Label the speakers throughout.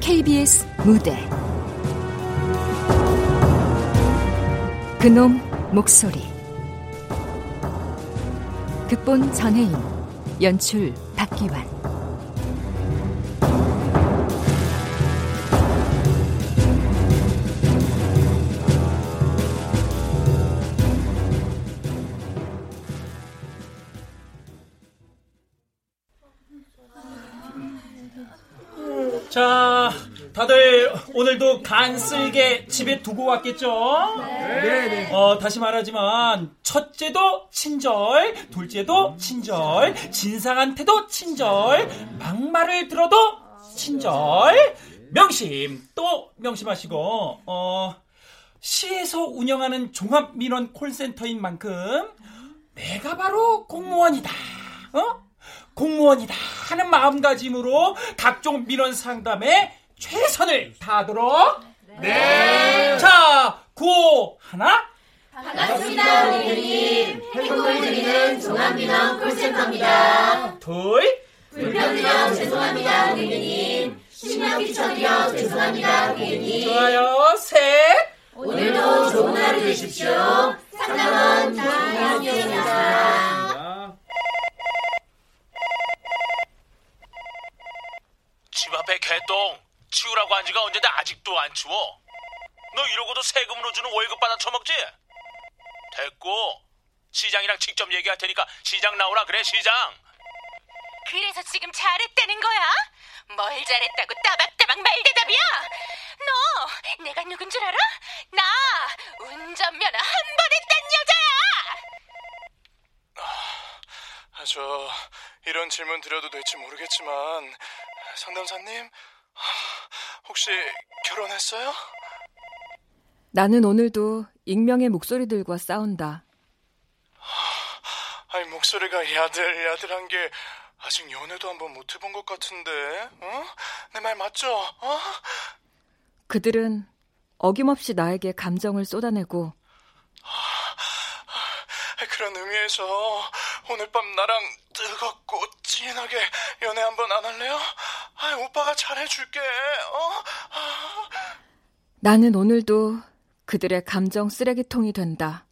Speaker 1: KBS 무대 그놈 목소리 극본 전혜인 연출 박기환
Speaker 2: 자, 다들 오늘도 간쓸게 집에 두고 왔겠죠? 어, 다시 말하지만 첫째도 친절, 둘째도 친절, 진상한테도 친절, 막말을 들어도 친절, 명심 또 명심하시고 어, 시에서 운영하는 종합 민원 콜센터인 만큼 내가 바로 공무원이다. 어? 공무원이다 하는 마음가짐으로 각종 민원 상담에 최선을 다하도록. 네. 자, 구호 하나.
Speaker 3: 행복드리는 종합민원 콜센터입니다.
Speaker 2: 둘,
Speaker 3: 불편드려 죄송합니다, 고객님. 신경 끼쳐드려 죄송합니다, 고객님.
Speaker 2: 좋아요, 셋.
Speaker 3: 오늘도 좋은 하루 되십시오. 상담원 김영희입니다.
Speaker 4: 집 앞에 개똥 치우라고 한 지가 언젠데 아직도 안 치워. 너 이러고도 세금으로 주는 월급 받아 처먹지? 됐고 시장이랑 직접 얘기할 테니까 시장 나오라 그래 시장.
Speaker 5: 그래서 지금 잘했다는 거야? 뭘 잘했다고 따박따박 말대답이야? 너 내가 누군 줄 알아? 나 운전면허 한 번 했단 여자야!
Speaker 6: 아, 저 이런 질문 드려도 될지 모르겠지만 상담사님 하, 혹시 결혼했어요?
Speaker 7: 나는 오늘도 익명의 목소리 들과 싸운다.
Speaker 6: 아니 목소리가 야들야들한 게 아직 연애도 한번 못 해본 것 같은데 어? 내 말 맞죠? 어?
Speaker 7: 그들은 어김없이 나에게 감정을 쏟아내고
Speaker 6: 아, 그런 의미에서 오늘 밤 나랑 뜨겁고 진하게 연애 한번 안 할래요? 아 오빠가 잘해줄게 어? 아,
Speaker 7: 나는 오늘도 그들의 감정 쓰레기통이 된다.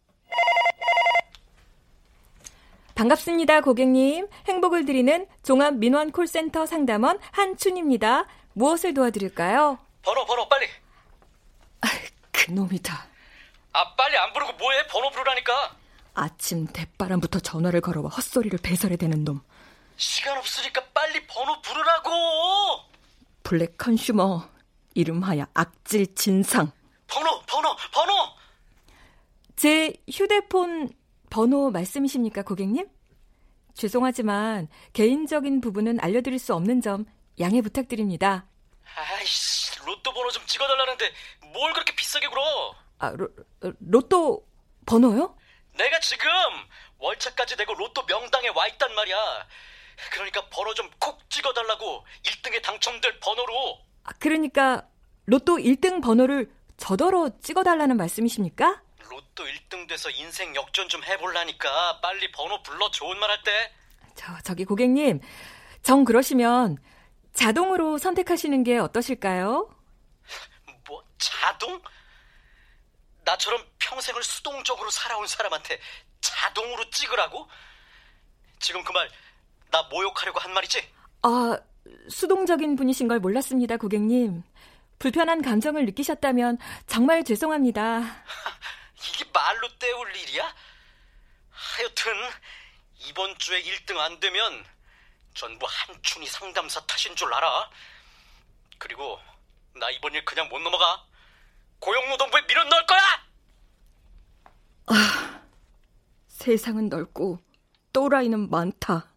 Speaker 7: 반갑습니다, 고객님. 행복을 드리는 종합 민원 콜센터 상담원 한춘입니다. 무엇을 도와드릴까요? 아,
Speaker 4: 번호 번호 빨리.
Speaker 7: 그놈이다.
Speaker 4: 아 빨리 안 부르고 뭐해 번호 부르라니까.
Speaker 7: 아침 대바람부터 전화를 걸어와 헛소리를 배설해대는 놈.
Speaker 4: 시간 없으니까 빨리 번호 부르라고.
Speaker 7: 블랙 컨슈머 이름하여 악질 진상.
Speaker 4: 번호 번호 번호.
Speaker 7: 제 휴대폰 번호 말씀이십니까, 고객님? 죄송하지만 개인적인 부분은 알려드릴 수 없는 점 양해 부탁드립니다.
Speaker 4: 아이씨 로또 번호 좀 찍어달라는데 뭘 그렇게 비싸게 굴어?
Speaker 7: 아, 로, 로또 번호요?
Speaker 4: 내가 지금 월차까지 내고 로또 명당에 와 있단 말이야. 그러니까 번호 좀 콕 찍어달라고 1등에 당첨될 번호로.
Speaker 7: 아, 그러니까 로또 1등 번호를 저더러 찍어달라는 말씀이십니까?
Speaker 4: 로또 1등 돼서 인생 역전 좀 해볼라니까 빨리 번호 불러 좋은 말 할 때.
Speaker 7: 저, 저기 고객님, 정 그러시면 자동으로 선택하시는 게 어떠실까요?
Speaker 4: 뭐 자동? 나처럼 평생을 수동적으로 살아온 사람한테 자동으로 찍으라고? 지금 그 말 나 모욕하려고 한 말이지?
Speaker 7: 아, 수동적인 분이신 걸 몰랐습니다, 고객님. 불편한 감정을 느끼셨다면 정말 죄송합니다.
Speaker 4: 이게 말로 때울 일이야? 하여튼 이번 주에 1등 안 되면 전부 한춘이 상담사 탓인 줄 알아. 그리고 나 이번 일 그냥 못 넘어가. 고용노동부에 밀어 넣을 거야.
Speaker 7: 세상은 넓고 또라이는 많다.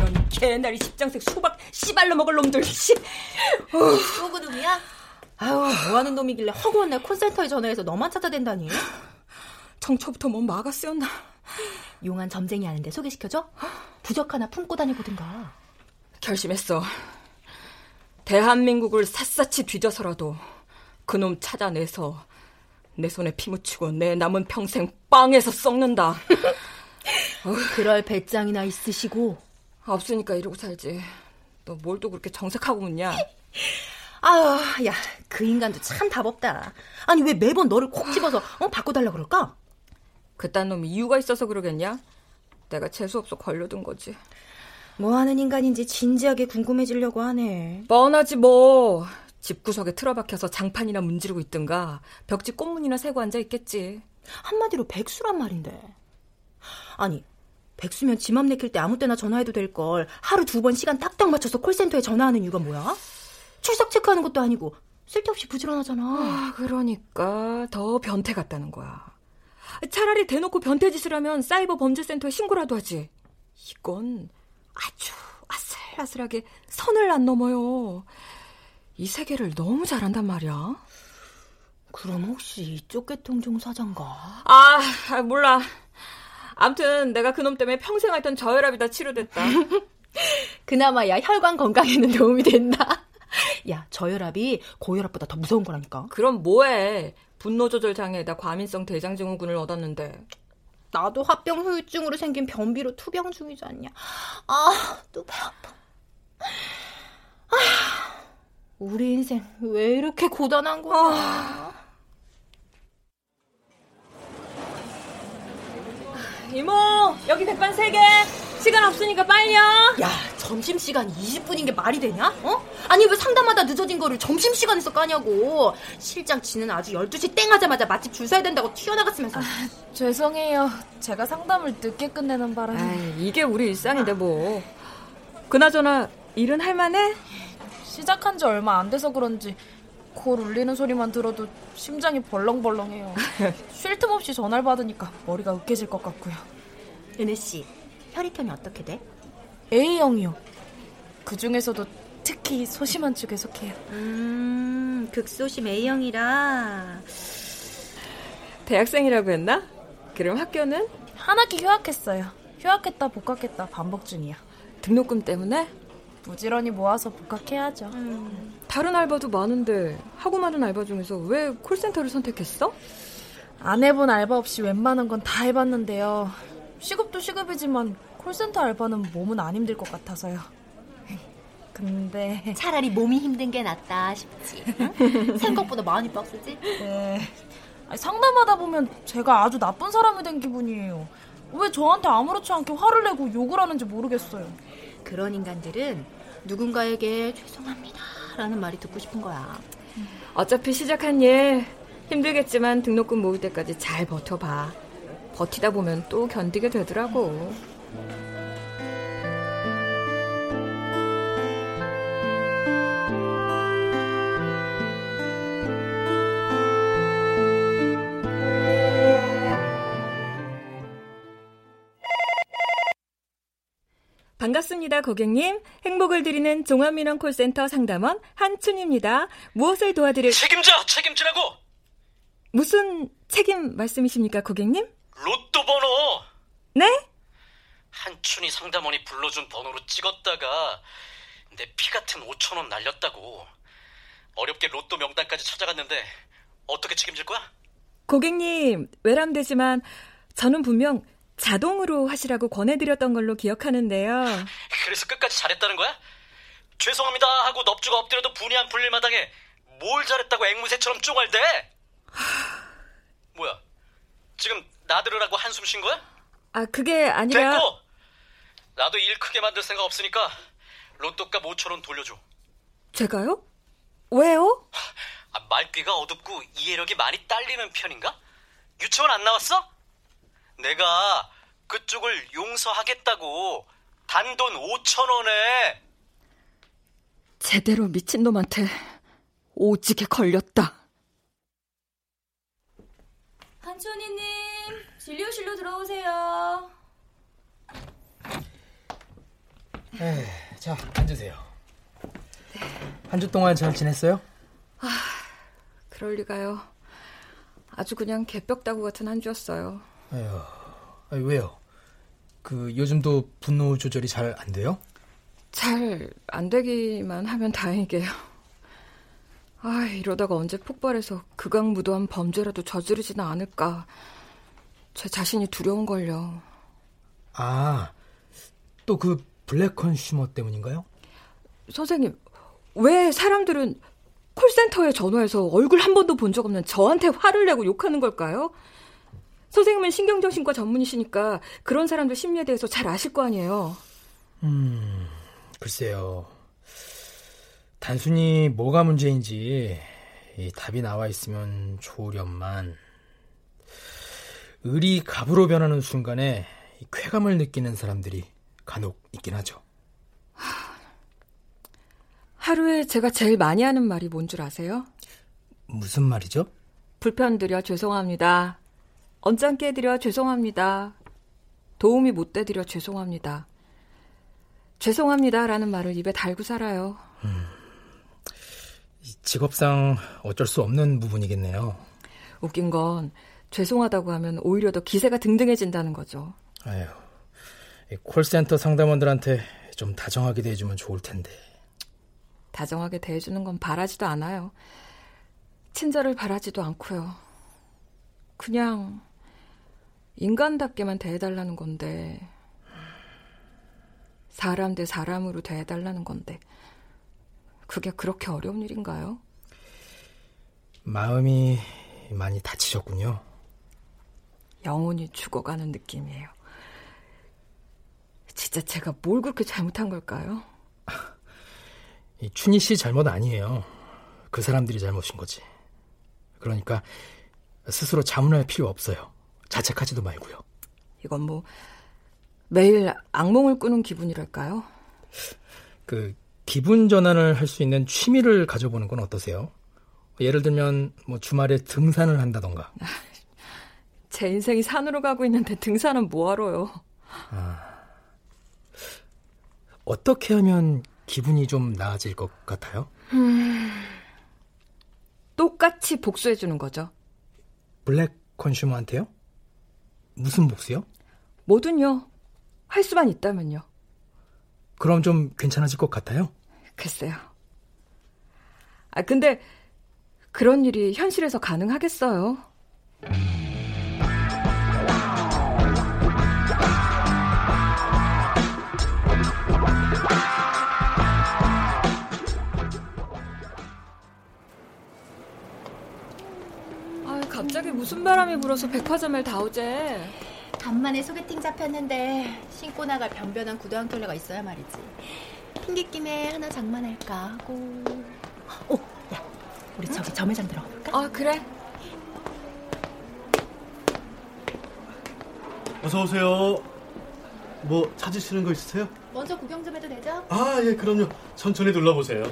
Speaker 7: 이런 개나리 십장색 수박 씨발로 먹을 놈들 씨.
Speaker 8: 누구 놈이야? 아유, 뭐 하는 놈이길래 허구한 날 콜센터에 전화해서 너만 찾아댄다니.
Speaker 7: 정초부터 뭐 뭔 마가 쓰였나.
Speaker 8: 용한 점쟁이 아는데 소개시켜줘? 부적 하나 품고 다니고든가.
Speaker 7: 결심했어. 대한민국을 샅샅이 뒤져서라도 그놈 찾아내서 내 손에 피 묻히고 내 남은 평생 빵에서 썩는다.
Speaker 8: 그럴 배짱이나 있으시고
Speaker 7: 없으니까 이러고 살지. 너 뭘 또 그렇게 정색하고 묻냐?
Speaker 8: 아유, 야, 그 인간도 참 답없다. 아니, 왜 매번 너를 콕 집어서, 어, 바꿔달라 그럴까?
Speaker 7: 그딴 놈이 이유가 있어서 그러겠냐? 내가 재수없어 걸려둔 거지.
Speaker 8: 뭐 하는 인간인지 진지하게 궁금해지려고 하네.
Speaker 7: 뻔하지 뭐. 집구석에 틀어박혀서 장판이나 문지르고 있든가 벽지 꽃무늬나 세고 앉아 있겠지.
Speaker 8: 한마디로 백수란 말인데. 아니, 백수면 지 맘 내킬 때 아무 때나 전화해도 될 걸 하루 두 번 시간 딱딱 맞춰서 콜센터에 전화하는 이유가 뭐야? 출석 체크하는 것도 아니고 쓸데없이 부지런하잖아.
Speaker 7: 아, 그러니까 더 변태 같다는 거야. 차라리 대놓고 변태 짓을 하면 사이버 범죄센터에 신고라도 하지. 이건 아주 아슬아슬하게 선을 안 넘어요. 이 세계를 너무 잘한단 말이야.
Speaker 8: 그럼 혹시 이쪽 개통 종사장가?
Speaker 7: 아, 아, 몰라. 암튼 내가 그놈 때문에 평생 앓던 저혈압이 다 치료됐다.
Speaker 8: 그나마야 혈관 건강에는 도움이 된다. 야, 저혈압이 고혈압보다 더 무서운 거라니까.
Speaker 7: 그럼 뭐해? 분노 조절 장애에다 과민성 대장 증후군을 얻었는데.
Speaker 8: 나도 화병 후유증으로 생긴 변비로 투병 중이잖냐. 아, 또 배 아파. 아, 우리 인생 왜 이렇게 고단한 거야? 아.
Speaker 7: 이모, 여기 백반 세 개. 시간 없으니까 빨리요.
Speaker 8: 야, 점심시간 20분인 게 말이 되냐? 어? 아니, 왜 상담하다 늦어진 거를 점심시간에서 까냐고. 실장 지는 아주 12시 땡 하자마자 맛집 줄 서야 된다고 튀어나갔으면서.
Speaker 9: 죄송해요. 제가 상담을 늦게 끝내는 바람에.
Speaker 7: 아이, 이게 우리 일상인데 뭐. 그나저나 일은 할만해?
Speaker 9: 시작한 지 얼마 안 돼서 그런지 골 울리는 소리만 들어도 심장이 벌렁벌렁해요. 쉴 틈 없이 전화를 받으니까 머리가 으깨질 것 같고요.
Speaker 8: 은혜씨, 혈액형이 어떻게 돼?
Speaker 9: A형이요. 그 중에서도 특히 소심한 쪽에 속해요.
Speaker 8: 음, 극소심 A형이라.
Speaker 7: 대학생이라고 했나? 그럼 학교는?
Speaker 9: 한 학기 휴학했어요. 휴학했다 복학했다 반복 중이야.
Speaker 7: 등록금 때문에?
Speaker 9: 부지런히 모아서 복학해야죠.
Speaker 7: 다른 알바도 많은데 하고 많은 알바 중에서 왜 콜센터를 선택했어?
Speaker 9: 안 해본 알바 없이 웬만한 건 다 해봤는데요. 시급도 시급이지만 콜센터 알바는 몸은 안 힘들 것 같아서요. 근데
Speaker 3: 차라리 몸이 힘든 게 낫다 싶지. 응? 생각보다 많이 빡세지?
Speaker 9: 네. 아니, 상담하다 보면 제가 아주 나쁜 사람이 된 기분이에요. 왜 저한테 아무렇지 않게 화를 내고 욕을 하는지 모르겠어요.
Speaker 8: 그런 인간들은 누군가에게 죄송합니다. 라는 말이 듣고 싶은 거야.
Speaker 7: 어차피 시작한 일 힘들겠지만 등록금 모을 때까지 잘 버텨봐. 버티다 보면 또 견디게 되더라고. 반갑습니다, 고객님. 행복을 드리는 종합민원 콜센터 상담원 한춘입니다. 무엇을 도와드릴
Speaker 4: 책임져 책임지라고
Speaker 7: 무슨 책임 말씀이십니까, 고객님?
Speaker 4: 로또 번호
Speaker 7: 네?
Speaker 4: 한춘희 상담원이 불러준 번호로 찍었다가 내 피 같은 5천 원 날렸다고 어렵게 로또 명단까지 찾아갔는데 어떻게 책임질 거야?
Speaker 7: 고객님, 외람되지만 저는 분명 자동으로 하시라고 권해드렸던 걸로 기억하는데요.
Speaker 4: 그래서 끝까지 잘했다는 거야? 죄송합니다 하고 넙죽 엎드려도 분이 안 풀릴 마당에 뭘 잘했다고 앵무새처럼 쪼갈대? 뭐야? 지금 나들으라고 한숨 쉰 거야?
Speaker 7: 아, 그게 아니라
Speaker 4: 됐고! 나도 일 크게 만들 생각 없으니까 로또값 5천 원 돌려줘.
Speaker 7: 제가요? 왜요?
Speaker 4: 아, 말귀가 어둡고 이해력이 많이 딸리는 편인가? 유치원 안 나왔어? 내가 그쪽을 용서하겠다고 단돈 5천 원에
Speaker 7: 제대로 미친놈한테 오지게 걸렸다.
Speaker 5: 한촌이님 진료실로 들어오세요.
Speaker 10: 자, 앉으세요. 한 주 동안 잘 지냈어요?
Speaker 7: 그럴 리가요. 아주 그냥 개벽다구 같은 한 주였어요.
Speaker 10: 에휴, 아니, 왜요? 그 요즘도 분노 조절이 잘 안 돼요?
Speaker 7: 잘 안 되기만 하면 다행이게요. 아, 이러다가 언제 폭발해서 극악무도한 범죄라도 저지르지는 않을까. 제 자신이 두려운걸요.
Speaker 6: 아, 또 그 블랙 컨슈머 때문인가요?
Speaker 7: 선생님, 왜 사람들은 콜센터에 전화해서 얼굴 한 번도 본 적 없는 저한테 화를 내고 욕하는 걸까요? 선생님은 신경정신과 전문이시니까 그런 사람들 심리에 대해서 잘 아실 거 아니에요.
Speaker 6: 음, 글쎄요. 단순히 뭐가 문제인지 이 답이 나와 있으면 좋으련만 을이 갑으로 변하는 순간에 이 쾌감을 느끼는 사람들이 간혹 있긴 하죠.
Speaker 7: 하루에 제가 제일 많이 하는 말이 뭔 줄 아세요?
Speaker 6: 무슨 말이죠?
Speaker 7: 불편드려 죄송합니다. 언짢게 해드려 죄송합니다. 도움이 못 돼드려 죄송합니다. 죄송합니다라는 말을 입에 달고 살아요.
Speaker 6: 음, 이 직업상 어쩔 수 없는 부분이겠네요.
Speaker 7: 웃긴 건 죄송하다고 하면 오히려 더 기세가 등등해진다는 거죠.
Speaker 6: 아휴, 이 콜센터 상담원들한테 좀 다정하게 대해주면 좋을 텐데.
Speaker 7: 다정하게 대해주는 건 바라지도 않아요. 친절을 바라지도 않고요. 그냥 인간답게만 대해달라는 건데 사람 대 사람으로 대해달라는 건데 그게 그렇게 어려운 일인가요?
Speaker 6: 마음이 많이 다치셨군요.
Speaker 7: 영혼이 죽어가는 느낌이에요. 진짜 제가 뭘 그렇게 잘못한 걸까요?
Speaker 6: 이 춘희 씨 잘못 아니에요. 그 사람들이 잘못인 거지. 그러니까 스스로 자문할 필요 없어요. 자책하지도 말고요.
Speaker 7: 이건 뭐 매일 악몽을 꾸는 기분이랄까요?
Speaker 6: 그 기분 전환을 할 수 있는 취미를 가져보는 건 어떠세요? 예를 들면 뭐 주말에 등산을 한다던가.
Speaker 7: 제 인생이 산으로 가고 있는데 등산은 뭐하러요?
Speaker 6: 어떻게 하면 기분이 좀 나아질 것 같아요?
Speaker 7: 똑같이 복수해주는 거죠.
Speaker 6: 블랙 컨슈머한테요? 무슨 복수요?
Speaker 7: 뭐든요. 할 수만 있다면요.
Speaker 6: 그럼 좀 괜찮아질 것 같아요?
Speaker 7: 글쎄요. 아, 근데 그런 일이 현실에서 가능하겠어요? 아, 갑자기 무슨 바람이 불어서 백화점을 다 오제?
Speaker 11: 간만에 소개팅 잡혔는데 신고 나갈 변변한 구두 한 켤레가 있어야 말이지. 핑계김에 하나 장만할까 하고. 어, 야, 우리 저기 점 회장 들어가 볼까?
Speaker 7: 아, 그래.
Speaker 4: 어서 오세요. 뭐 찾으시는 거 있으세요?
Speaker 11: 먼저 구경 좀 해도 되죠?
Speaker 4: 아, 예, 그럼요. 천천히 둘러보세요.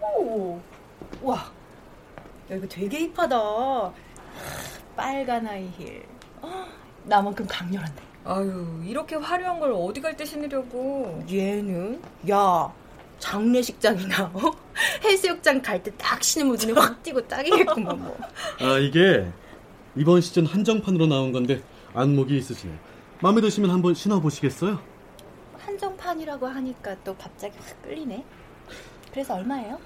Speaker 8: 오, 와, 야, 이거 되게 힙하다. 하, 빨간 아이힐. 아, 나만큼 강렬한데.
Speaker 7: 아유, 이렇게 화려한 걸 어디 갈 때 신으려고.
Speaker 8: 얘는? 야, 장례식장이나 어? 해수욕장 갈 때 딱 신으면 눈에 확 띄고 딱이겠구만 뭐.
Speaker 4: 아, 이게 이번 시즌 한정판으로 나온 건데 안목이 있으시네요. 마음에 드시면 한번 신어 보시겠어요?
Speaker 11: 한정판이라고 하니까 또 갑자기 확 끌리네. 그래서 얼마예요?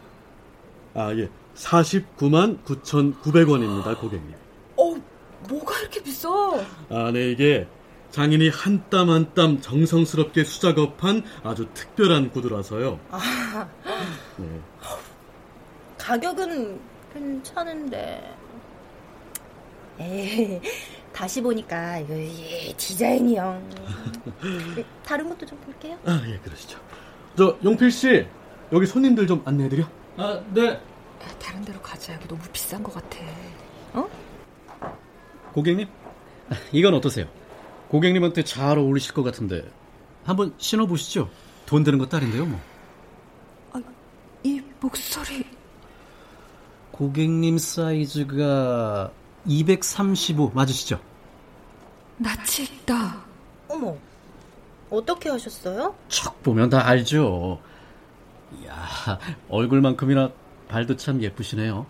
Speaker 4: 아, 예. 49만 9,900원입니다, 고객님.
Speaker 7: 어, 뭐가 이렇게 비싸?
Speaker 4: 아, 네, 이게 장인이 한 땀 한 땀 정성스럽게 수작업한 아주 특별한 구두라서요.
Speaker 8: 아,
Speaker 4: 네.
Speaker 8: 가격은 괜찮은데. 에이, 다시 보니까 이거 이 디자인이요. 네, 다른 것도 좀 볼게요.
Speaker 4: 아, 예, 그러시죠. 저, 용필 씨, 여기 손님들 좀 안내해드려.
Speaker 2: 아, 네.
Speaker 7: 다른 데로 가자. 이거 너무 비싼 것 같아.
Speaker 12: 고객님, 이건 어떠세요? 고객님한테 잘 어울리실 것 같은데 한번 신어보시죠. 돈 드는 것 딸인데요, 뭐.
Speaker 7: 아, 이 목소리.
Speaker 12: 고객님 사이즈가 235 맞으시죠?
Speaker 7: 나치 있다.
Speaker 8: 어머, 어떻게 하셨어요?
Speaker 12: 딱 보면 다 알죠. 야 얼굴만큼이나 발도 참 예쁘시네요.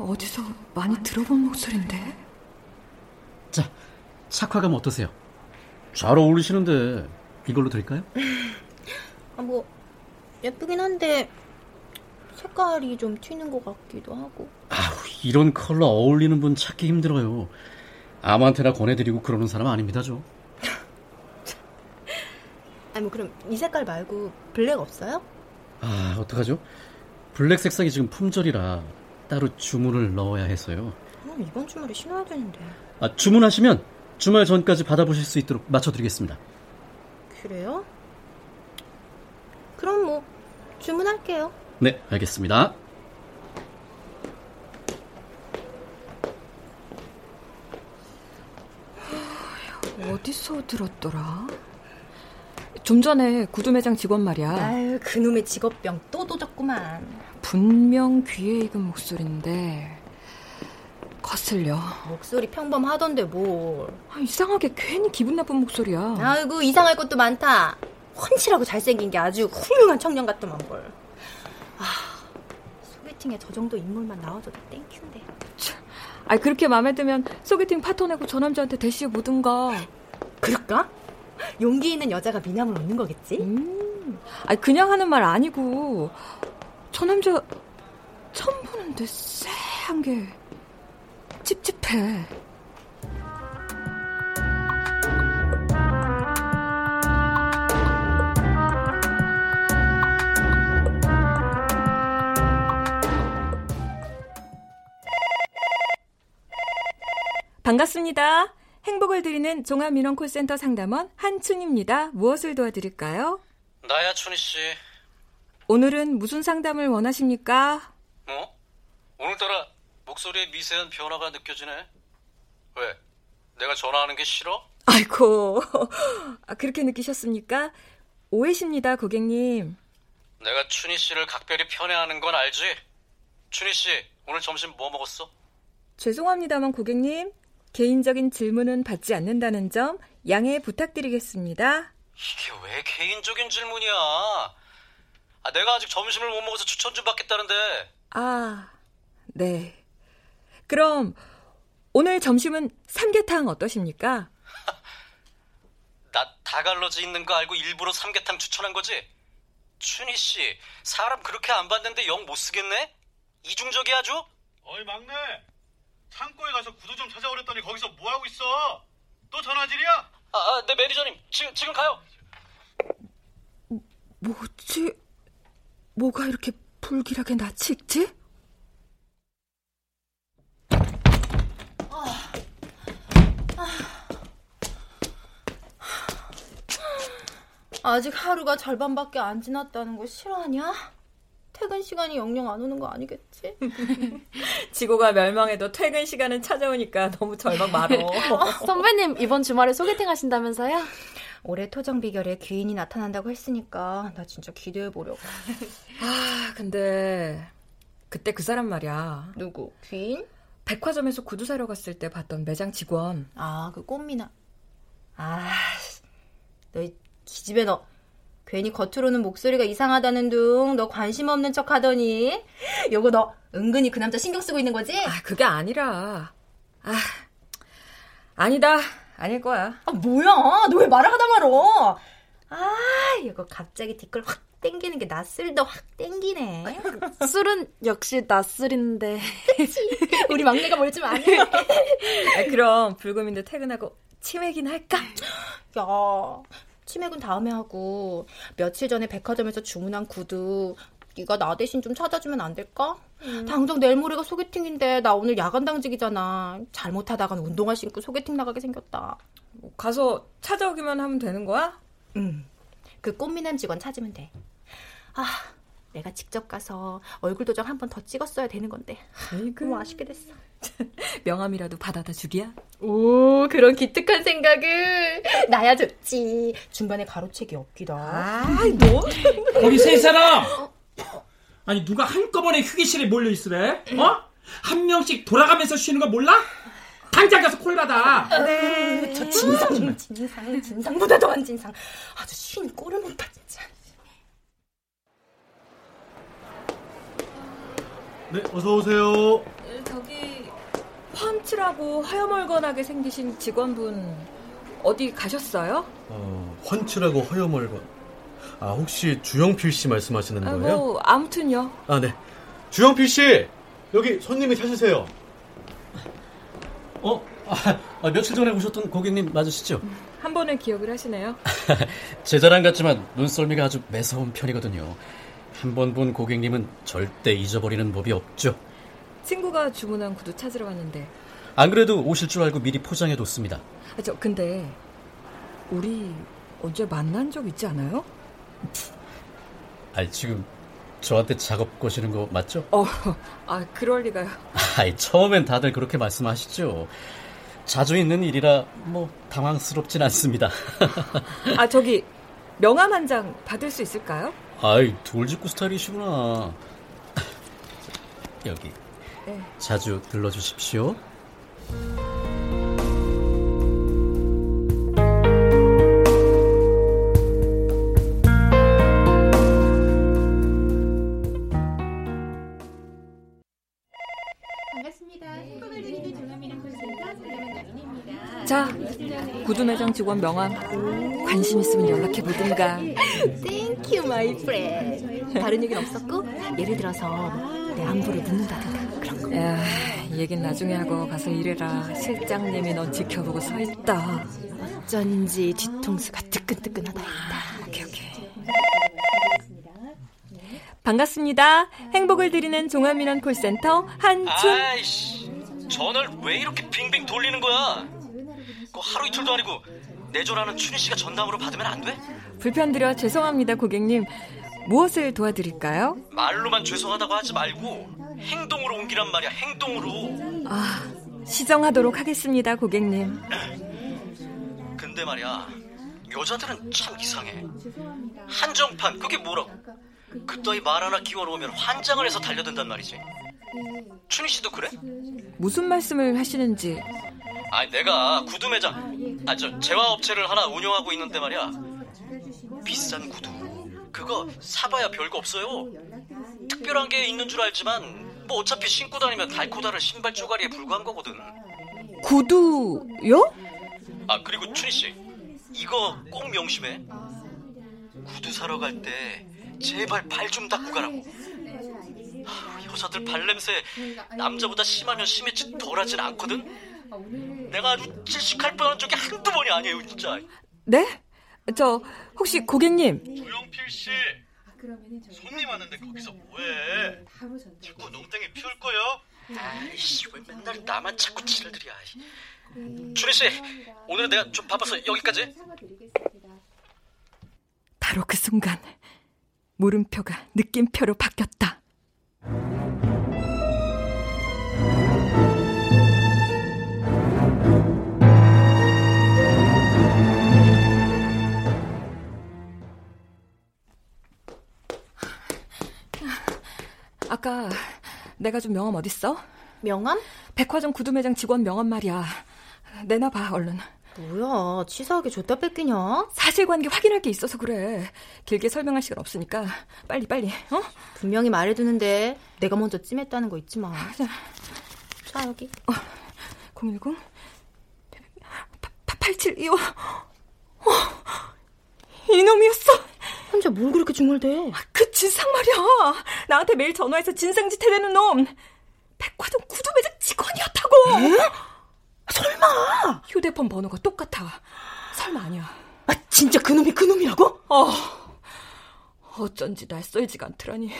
Speaker 7: 어디서 많이 들어본 목소리인데?
Speaker 13: 자, 착화감 어떠세요? 잘 어울리시는데 이걸로 드릴까요?
Speaker 8: 아, 뭐 예쁘긴 한데 색깔이 좀 튀는 것 같기도 하고.
Speaker 13: 이런 컬러 어울리는 분 찾기 힘들어요. 아무한테나 권해드리고 그러는 사람 아닙니다, 저.
Speaker 8: 아니 뭐 그럼 이 색깔 말고 블랙 없어요?
Speaker 13: 아, 어떡하죠? 블랙 색상이 지금 품절이라 따로 주문을 넣어야 해서요.
Speaker 8: 그럼 음, 이번 주말에 신어야 되는데.
Speaker 13: 아, 주문하시면 주말 전까지 받아보실 수 있도록 맞춰드리겠습니다.
Speaker 8: 그래요? 그럼 뭐 주문할게요.
Speaker 13: 네, 알겠습니다.
Speaker 7: 어디서 들었더라? 좀 전에 구두 매장 직원 말이야.
Speaker 8: 아유, 그놈의 직업병 또 도졌구만.
Speaker 7: 분명 귀에 익은 목소리인데 거슬려.
Speaker 8: 목소리 평범하던데 뭘.
Speaker 7: 아, 이상하게 괜히 기분 나쁜 목소리야.
Speaker 8: 아이고 이상할 것도 많다. 헌칠하고 잘생긴 게 아주 훌륭한 청년 같더만 뭘. 아, 소개팅에 저 정도 인물만 나와줘도 땡큐인데.
Speaker 7: 아 그렇게 마음에 들면 소개팅 파토 내고 저 남자한테 대시해 보든가.
Speaker 8: 그럴까? 용기 있는 여자가 미남을 얻는 거겠지?
Speaker 7: 음. 아 그냥 하는 말 아니고 저 남자 처음 보는데 쎄한 게 찝찝해. 반갑습니다. 행복을 드리는 종합민원 콜센터 상담원 한춘입니다. 무엇을 도와드릴까요?
Speaker 4: 나야 춘희 씨.
Speaker 7: 오늘은 무슨 상담을 원하십니까?
Speaker 4: 어? 오늘따라 목소리에 미세한 변화가 느껴지네. 왜? 내가 전화하는 게 싫어?
Speaker 7: 아이고, 아, 그렇게 느끼셨습니까? 오해십니다, 고객님.
Speaker 4: 내가 춘희 씨를 각별히 편애하는 건 알지? 춘희 씨, 오늘 점심 뭐 먹었어?
Speaker 7: 죄송합니다만 고객님, 개인적인 질문은 받지 않는다는 점 양해 부탁드리겠습니다.
Speaker 4: 이게 왜 개인적인 질문이야? 아, 내가 아직 점심을 못 먹어서 추천 좀 받겠다는데.
Speaker 7: 아, 네. 그럼 오늘 점심은 삼계탕 어떠십니까?
Speaker 4: 나 다갈러지 있는 거 알고 일부러 삼계탕 추천한 거지? 춘희 씨, 사람 그렇게 안 봤는데 영 못 쓰겠네? 이중적이 아주?
Speaker 6: 어이 막내 창고에 가서 구두 좀 찾아오랬더니 거기서 뭐 하고 있어? 또 전화질이야?
Speaker 4: 아, 아, 네 매니저님 지금 지금 가요.
Speaker 7: 뭐지? 뭐가 이렇게 불길하게 낯이 익지?
Speaker 8: 아직 하루가 절반밖에 안 지났다는 거 싫어하냐? 퇴근 시간이 영영 안 오는 거 아니겠지?
Speaker 7: 지구가 멸망해도 퇴근 시간은 찾아오니까 너무 절망 말어.
Speaker 8: 아, 선배님 이번 주말에 소개팅 하신다면서요? 올해 토정 비결에 귀인이 나타난다고 했으니까 나 진짜 기대해 보려고.
Speaker 7: 아, 근데 그때 그 사람 말이야.
Speaker 8: 누구? 귀인?
Speaker 7: 백화점에서 구두 사러 갔을 때 봤던 매장 직원.
Speaker 8: 아, 그 꽃미나. 아, 너희 기집애 너 괜히 겉으로는 목소리가 이상하다는 둥 너 관심 없는 척 하더니 요거 너 은근히 그 남자 신경 쓰고 있는 거지?
Speaker 7: 아, 그게 아니라. 아, 아니다. 아닐 거야.
Speaker 8: 아, 뭐야? 너 왜 말을 하다 말어? 아, 이거 갑자기 뒷걸 확 땡기는 게 낯설다 확 땡기네.
Speaker 9: 술은 역시 낯설인데.
Speaker 8: 우리 막내가 뭘 좀 아네.
Speaker 7: 아, 그럼 불금인데 퇴근하고 치맥이나 할까?
Speaker 8: 야, 치맥은 다음에 하고 며칠 전에 백화점에서 주문한 구두 네가 나 대신 좀 찾아주면 안 될까? 당장 내일 모레가 소개팅인데 나 오늘 야간 당직이잖아. 잘못하다간 운동화 신고 소개팅 나가게 생겼다.
Speaker 7: 가서 찾아오기만 하면 되는 거야?
Speaker 8: 응. 그 꽃미남 직원 찾으면 돼. 아, 내가 직접 가서 얼굴 도장 한 번 더 찍었어야 되는 건데. 너무 아쉽게 됐어.
Speaker 7: 명함이라도 받아다 주기야?
Speaker 8: 오, 그런 기특한 생각을. 나야 좋지. 중간에 가로채기 없기다. 아,
Speaker 7: 너?
Speaker 2: 우리 세 사람! 아니, 누가 한꺼번에 휴게실에 몰려있으래? 어? 한 명씩 돌아가면서 쉬는 거 몰라? 당장 가서 콜 받아!
Speaker 8: 네, 저 진상, 정말 진상, 진상보다 더한 진상. 아주 쉰 꼴을 못 봐, 진짜.
Speaker 14: 네, 어서 오세요.
Speaker 7: 저기 펀치라고 허여멀건하게 생기신 직원분 어디 가셨어요?
Speaker 14: 어, 훤칠하고 허여멀건. 아, 혹시 주영필 씨 말씀하시는
Speaker 7: 아,
Speaker 14: 거예요?
Speaker 7: 뭐 아무튼요.
Speaker 14: 아, 네. 주영필 씨! 여기 손님이 찾으세요.
Speaker 13: 어? 아, 아, 며칠 전에 오셨던 고객님 맞으시죠?
Speaker 7: 한 번에 기억을 하시네요.
Speaker 13: 제 자랑 같지만 눈썰미가 아주 매서운 편이거든요. 한 번 본 고객님은 절대 잊어버리는 법이 없죠.
Speaker 7: 친구가 주문한 구두 찾으러 왔는데.
Speaker 13: 안 그래도 오실 줄 알고 미리 포장해뒀습니다.
Speaker 7: 아, 저 근데 우리 언제 만난 적 있지 않아요?
Speaker 13: 아, 지금 저한테 작업 거시는 거 맞죠?
Speaker 7: 어, 아 그럴 리가요.
Speaker 13: 아이, 처음엔 다들 그렇게 말씀하시죠. 자주 있는 일이라 뭐 당황스럽진 않습니다.
Speaker 7: 아 저기 명함 한 장 받을 수 있을까요?
Speaker 13: 아이, 돌직구 스타일이시구나. 여기
Speaker 7: 네.
Speaker 13: 자주 들러주십시오.
Speaker 3: 반갑습니다. 행복을 드리는 종합이랑 콘센터 사장님 나민입니다.
Speaker 7: 자, 구두 매장 직원 명함. 관심 있으면 연락해 보든가.
Speaker 3: 땡큐 마이 프렌드.
Speaker 8: 다른 얘기는 없었고 예를 들어서 내 안부를 묻는다든가 그런 거.
Speaker 7: 야, 이 얘긴 나중에 하고 가서 일해라. 실장님이 넌 지켜보고 서 있다.
Speaker 8: 어쩐지 뒤통수가 뜨끈뜨끈하다.
Speaker 7: 오케이, 오케이. 반갑습니다. 행복을 드리는 종합민원 콜센터 한춘.
Speaker 4: 아이씨, 전화를 왜 이렇게 빙빙 돌리는 거야? 그거 하루 이틀도 아니고 내 전화는 춘희 씨가 전담으로 받으면 안 돼?
Speaker 7: 불편드려 죄송합니다, 고객님. 무엇을 도와드릴까요?
Speaker 4: 말로만 죄송하다고 하지 말고 행동으로 옮기란 말이야, 행동으로.
Speaker 7: 아, 시정하도록 하겠습니다, 고객님.
Speaker 4: 근데 말이야, 여자들은 참 이상해. 한정판, 그게 뭐라고? 그따위 말 하나 끼워놓으면 환장을 해서 달려든단 말이지. 춘희 씨도 그래?
Speaker 7: 무슨 말씀을 하시는지.
Speaker 4: 아니 내가 구두 매장 아 저 재화 업체를 하나 운영하고 있는데 말이야 비싼 구두 그거 사봐야 별거 없어요 특별한 게 있는 줄 알지만 뭐 어차피 신고 다니면 달코다를 신발 쪼가리에 불과한 거거든
Speaker 7: 구두요?
Speaker 4: 아 그리고 춘희 씨 이거 꼭 명심해 구두 사러 갈 때 제발 발 좀 닦고 가라고 하, 여자들 발냄새 남자보다 심하면 심했지 덜하진 않거든 내가 아주 질식할 뻔한 적이 한두 번이 아니에요 진짜
Speaker 7: 네? 저, 혹시 고객님,
Speaker 4: 조용필 씨 손님 왔는데 거기서 뭐해 자꾸 농땡이 피울 거요 아이씨 왜 맨날 나만 자꾸 치를 들이야 준희 씨 오늘은 내가 좀 바빠서 여기까지
Speaker 7: 바로 그 순간 물음표가 느낌표로 바뀌었다. 아까 내가 준 명함 어딨어?
Speaker 8: 명함?
Speaker 7: 백화점 구두매장 직원 명함 말이야. 내놔봐 얼른.
Speaker 8: 뭐야, 치사하게 줬다 뺏기냐?
Speaker 7: 사실관계 확인할 게 있어서 그래. 길게 설명할 시간 없으니까 빨리 빨리. 어?
Speaker 8: 분명히 말해두는데 내가 먼저 찜했다는 거 잊지 마. 자, 여기.
Speaker 7: 010 8725 어? 이놈이었어.
Speaker 8: 혼자 뭘 그렇게 중얼대?
Speaker 7: 그 진상 말이야. 나한테 매일 전화해서 진상짓 해대는 놈. 백화점 구두 매장 직원이었다고. 설마. 휴대폰 번호가 똑같아. 설마 아니야.
Speaker 8: 아, 진짜 그놈이 그놈이라고?
Speaker 7: 어. 어쩐지 낯설지가 않더라니.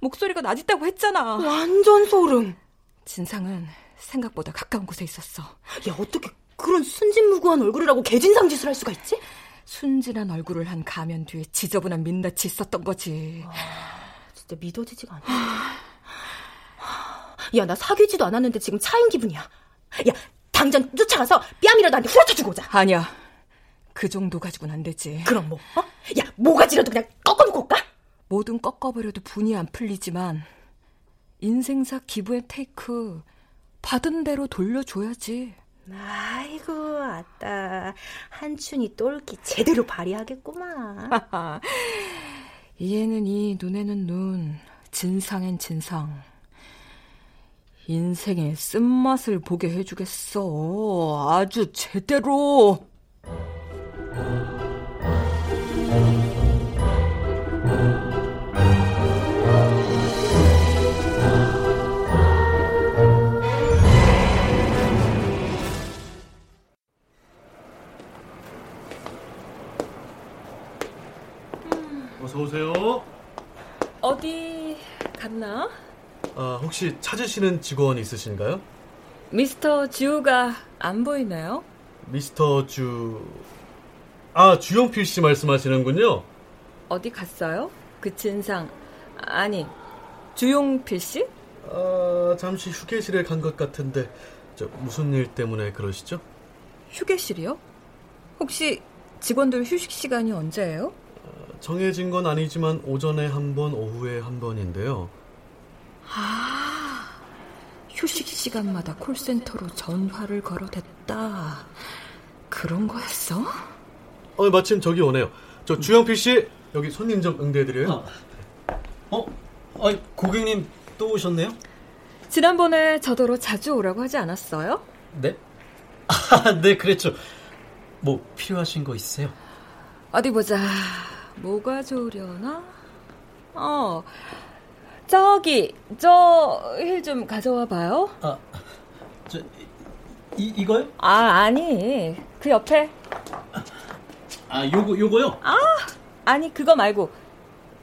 Speaker 7: 목소리가 낮있다고 했잖아.
Speaker 8: 완전 소름.
Speaker 7: 진상은 생각보다 가까운 곳에 있었어.
Speaker 8: 야, 어떻게 그런 순진무구한 얼굴이라고 개진상 짓을 할 수가 있지?
Speaker 7: 순진한 얼굴을 한 가면 뒤에 지저분한 민낯이 있었던 거지.
Speaker 8: 진짜 믿어지지가 않아. 야, 나 사귀지도 않았는데 지금 차인 기분이야. 야, 당장 쫓아가서 뺨이라도 한대 후려쳐 주고 오자.
Speaker 7: 아니야. 그 정도 가지고는 안 되지.
Speaker 8: 그럼 뭐? 어? 야, 뭐가지라도 그냥 꺾어놓고 올까?
Speaker 7: 뭐든 꺾어버려도 분이 안 풀리지만 인생사 기부의 테이크 받은 대로 돌려줘야지.
Speaker 8: 아이고, 아따. 한춘이 똘끼 제대로 발휘하겠구만.
Speaker 7: 이에는 이, 눈에는 눈, 진상엔 진상.
Speaker 15: 인생의 쓴맛을 보게 해주겠어. 아주 제대로.
Speaker 4: 어서 오세요.
Speaker 7: 어디 갔나?
Speaker 4: 아, 혹시 찾으시는 직원 있으신가요?
Speaker 7: 미스터 지우가 안 보이나요?
Speaker 4: 미스터 주... 아, 주영필 씨 말씀하시는군요.
Speaker 7: 어디 갔어요? 그 진상 아니 주용필 씨?
Speaker 4: 아, 잠시 휴게실에 간 것 같은데 저 무슨 일 때문에 그러시죠?
Speaker 7: 휴게실이요? 혹시 직원들 휴식 시간이 언제예요?
Speaker 4: 정해진 건 아니지만 오전에 한 번, 오후에 한 번인데요.
Speaker 15: 아, 휴식 시간마다 콜센터로 전화를 걸어댔다. 그런 거였어?
Speaker 4: 어, 마침 저기 오네요. 저 주영필 씨 여기 손님 좀 응대해드려요.
Speaker 2: 어? 아니, 고객님 또 오셨네요?
Speaker 7: 지난번에 저더러 자주 오라고 하지 않았어요?
Speaker 2: 네? 아, 네, 그랬죠. 뭐 필요하신 거 있으세요?
Speaker 7: 어디 보자. 뭐가 좋으려나? 어, 저기 저 힐 좀 가져와 봐요.
Speaker 2: 아, 저 이, 이거요?
Speaker 7: 아 아니 그 옆에
Speaker 2: 아, 요거 요거요?
Speaker 7: 아 아니 그거 말고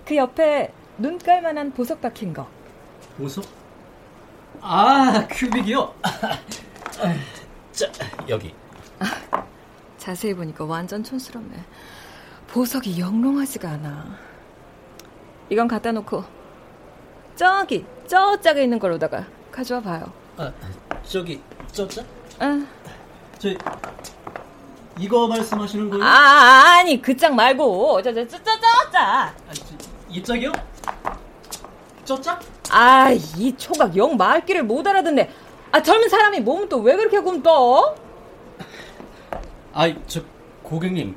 Speaker 7: 그 옆에 눈깔만한 보석 박힌 거.
Speaker 2: 보석? 아, 큐빅이요. 자, 여기.
Speaker 15: 자세히 보니까 완전 촌스럽네. 보석이 영롱하지가 않아.
Speaker 7: 이건 갖다 놓고 저기 저 짝에 있는 걸로다가 가져와 봐요.
Speaker 2: 아, 저기 저자?
Speaker 7: 응.
Speaker 2: 저 이거 말씀하시는 거예요?
Speaker 7: 아 아니 그 짝 말고 저저저저 짝.
Speaker 2: 이 짝이요? 저 짝?
Speaker 7: 아 이 초각 영 말귀를 못 알아듣네. 아 젊은 사람이 몸은 또 왜 그렇게 굶떠?
Speaker 2: 아이, 저 고객님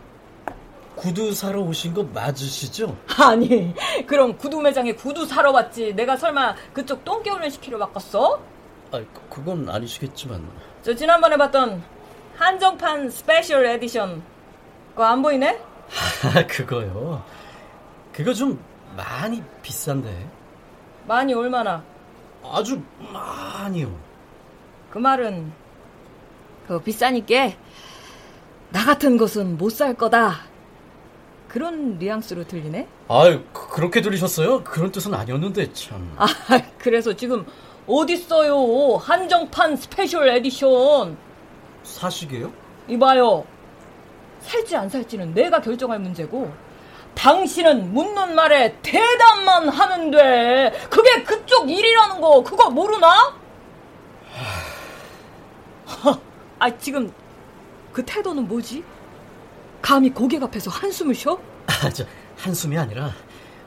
Speaker 2: 구두 사러 오신 거 맞으시죠?
Speaker 7: 아니 그럼 구두 매장에 구두 사러 왔지. 내가 설마 그쪽 똥개훈련 시키러 바꿨어?
Speaker 2: 아, 그건 아니시겠지만.
Speaker 7: 저 지난번에 봤던 한정판 스페셜 에디션 그거 안 보이네?
Speaker 2: 아, 그거요. 그거 좀 많이 비싼데.
Speaker 7: 많이 얼마나?
Speaker 2: 아주 많이요.
Speaker 7: 그 말은 그 비싸니까 나 같은 것은 못 살 거다. 그런 뉘앙스로 들리네.
Speaker 2: 아유, 그- 그렇게 들리셨어요? 그런 뜻은 아니었는데 참.
Speaker 7: 아 그래서 지금 어딨어요 한정판 스페셜 에디션
Speaker 2: 사시게요?
Speaker 7: 이봐요 살지 안 살지는 내가 결정할 문제고 당신은 묻는 말에 대답만 하면 돼 그게 그쪽 일이라는 거 그거 모르나? 하, 아 지금 그 태도는 뭐지? 감히 고객 앞에서 한숨을 쉬어?
Speaker 2: 아, 저 한숨이 아니라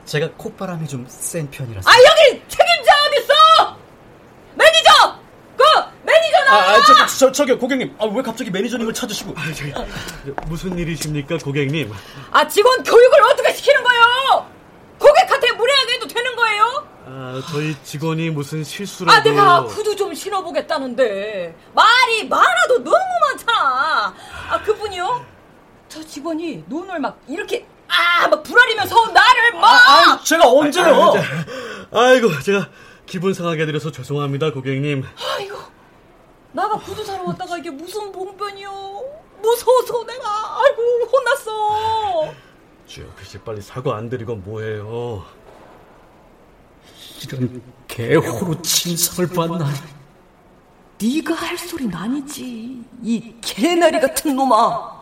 Speaker 2: 제가 콧바람이 좀 센 편이라서.
Speaker 7: 아 여기 책임자 어딨어? 매니저! 그 매니저
Speaker 2: 아,
Speaker 7: 나와!
Speaker 2: 아, 저, 저, 저, 저기요, 고객님. 아, 왜 갑자기 매니저님을 찾으시고.
Speaker 4: 아! 무슨 일이십니까, 고객님?
Speaker 7: 아 직원 교육을 어떻게 시키는 거예요? 고객한테 무례하게 해도 되는 거예요?
Speaker 4: 아, 저희 직원이 무슨 실수라도
Speaker 7: 아 내가 구두 좀 신어보겠다는데 말이 많아도 너무 많잖아 아 그분이요? 저 직원이 눈을 막 이렇게 아 막 불아리면서 나를 막
Speaker 2: 제가
Speaker 4: 언제요?
Speaker 16: 그-
Speaker 4: 아, 이고 제가 기분 상하게 드려서 죄송합니다, 고객님.
Speaker 7: 아이고, 나가 구두 사러 왔다가 이게 무슨 봉변이요? 무서워서 내가, 아이고, 혼났어.
Speaker 4: 주영필 씨 빨리 사과 안 드리고 뭐해요?
Speaker 2: 이런 개호로 침상을 받나.
Speaker 15: 네가 할 소린 아니지. 이 개나리 같은 놈아.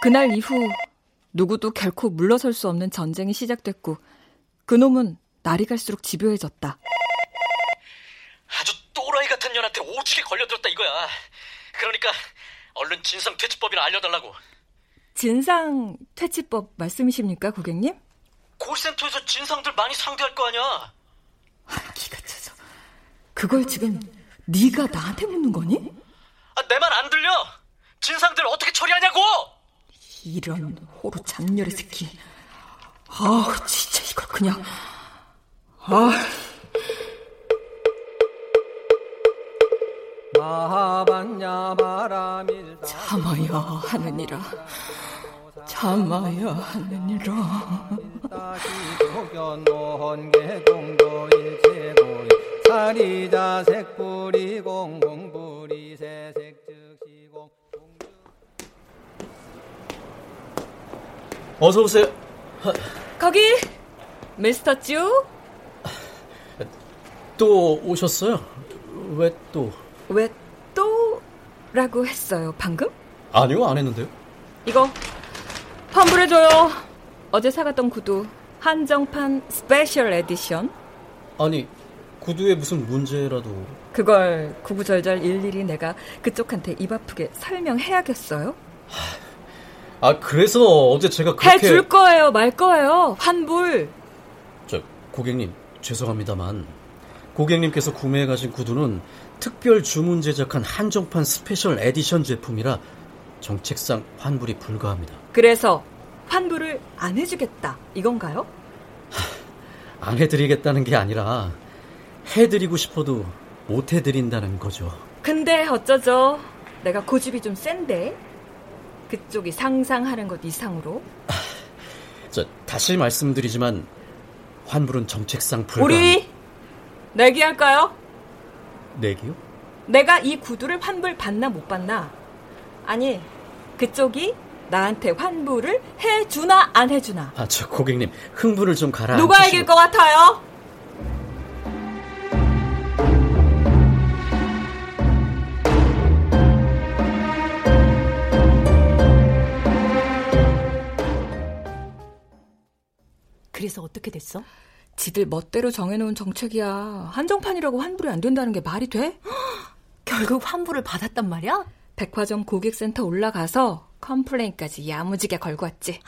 Speaker 17: 그날
Speaker 15: 이후 누구도 결코 물러설 수 없는 전쟁이 시작됐고 그놈은 날이 갈수록 집요해졌다.
Speaker 16: 또라이 같은 년한테 오지게 걸려들었다 이거야. 그러니까 얼른 진상 퇴치법이나 알려달라고.
Speaker 15: 진상 퇴치법 말씀이십니까, 고객님?
Speaker 16: 골센터에서 진상들 많이 상대할 거 아니야.
Speaker 15: 기가 차서.
Speaker 7: 그걸 지금 네가 나한테 묻는 거니?
Speaker 4: 아, 내 말 안 들려? 진상들 어떻게 처리하냐고!
Speaker 7: 이런 호루 잡녀의 새끼. 아, 진짜 이걸 그냥. 아.
Speaker 18: 마하반야 바라밀
Speaker 7: 참아야 하느니라. 참아야 하느니라.
Speaker 18: 견노헌계 공도 일체고의 사리자 색불이 공공불이 새색즉 시공
Speaker 19: 어서 오세요.
Speaker 7: 거기 미스터 쭈.
Speaker 19: 또 오셨어요? 왜 또?
Speaker 7: 왜 또라고 했어요 방금?
Speaker 19: 아니요, 안 했는데요.
Speaker 7: 이거 환불해줘요. 어제 사갔던 구두 한정판 스페셜 에디션.
Speaker 19: 아니, 구두에 무슨 문제라도
Speaker 7: 그걸 구구절절 일일이 내가 그쪽한테 입 아프게 설명해야겠어요?
Speaker 19: 아, 그래서 어제 제가 그렇게
Speaker 7: 해줄 거예요, 말 거예요, 환불.
Speaker 19: 저 고객님, 죄송합니다만 고객님께서 구매해 가신 구두는 특별 주문 제작한 한정판 스페셜 에디션 제품이라 정책상 환불이 불가합니다.
Speaker 7: 그래서 환불을 안 해주겠다 이건가요?
Speaker 19: 안 해드리겠다는 게 아니라 해드리고 싶어도 못 해드린다는 거죠.
Speaker 7: 근데 어쩌죠? 내가 그 고집이 좀 센데 그쪽이 상상하는 것 이상으로
Speaker 19: 저 다시 말씀드리지만 환불은 정책상 불가.
Speaker 7: 우리 내기할까요?
Speaker 19: 내기요?
Speaker 7: 내가 이 구두를 환불 받나 못 받나? 아니 그쪽이 나한테 환불을 해주나 안 해주나?
Speaker 19: 아, 저 고객님 흥분을 좀
Speaker 4: 아,
Speaker 19: 가라앉히시고.
Speaker 7: 누가 이길 것 같아요?
Speaker 8: 그래서 어떻게 됐어?
Speaker 7: 지들 멋대로 정해놓은 정책이야. 한정판이라고 환불이 안 된다는 게 말이 돼?
Speaker 8: 결국 환불을 받았단 말이야?
Speaker 7: 백화점 고객센터 올라가서 컴플레인까지 야무지게 걸고 왔지.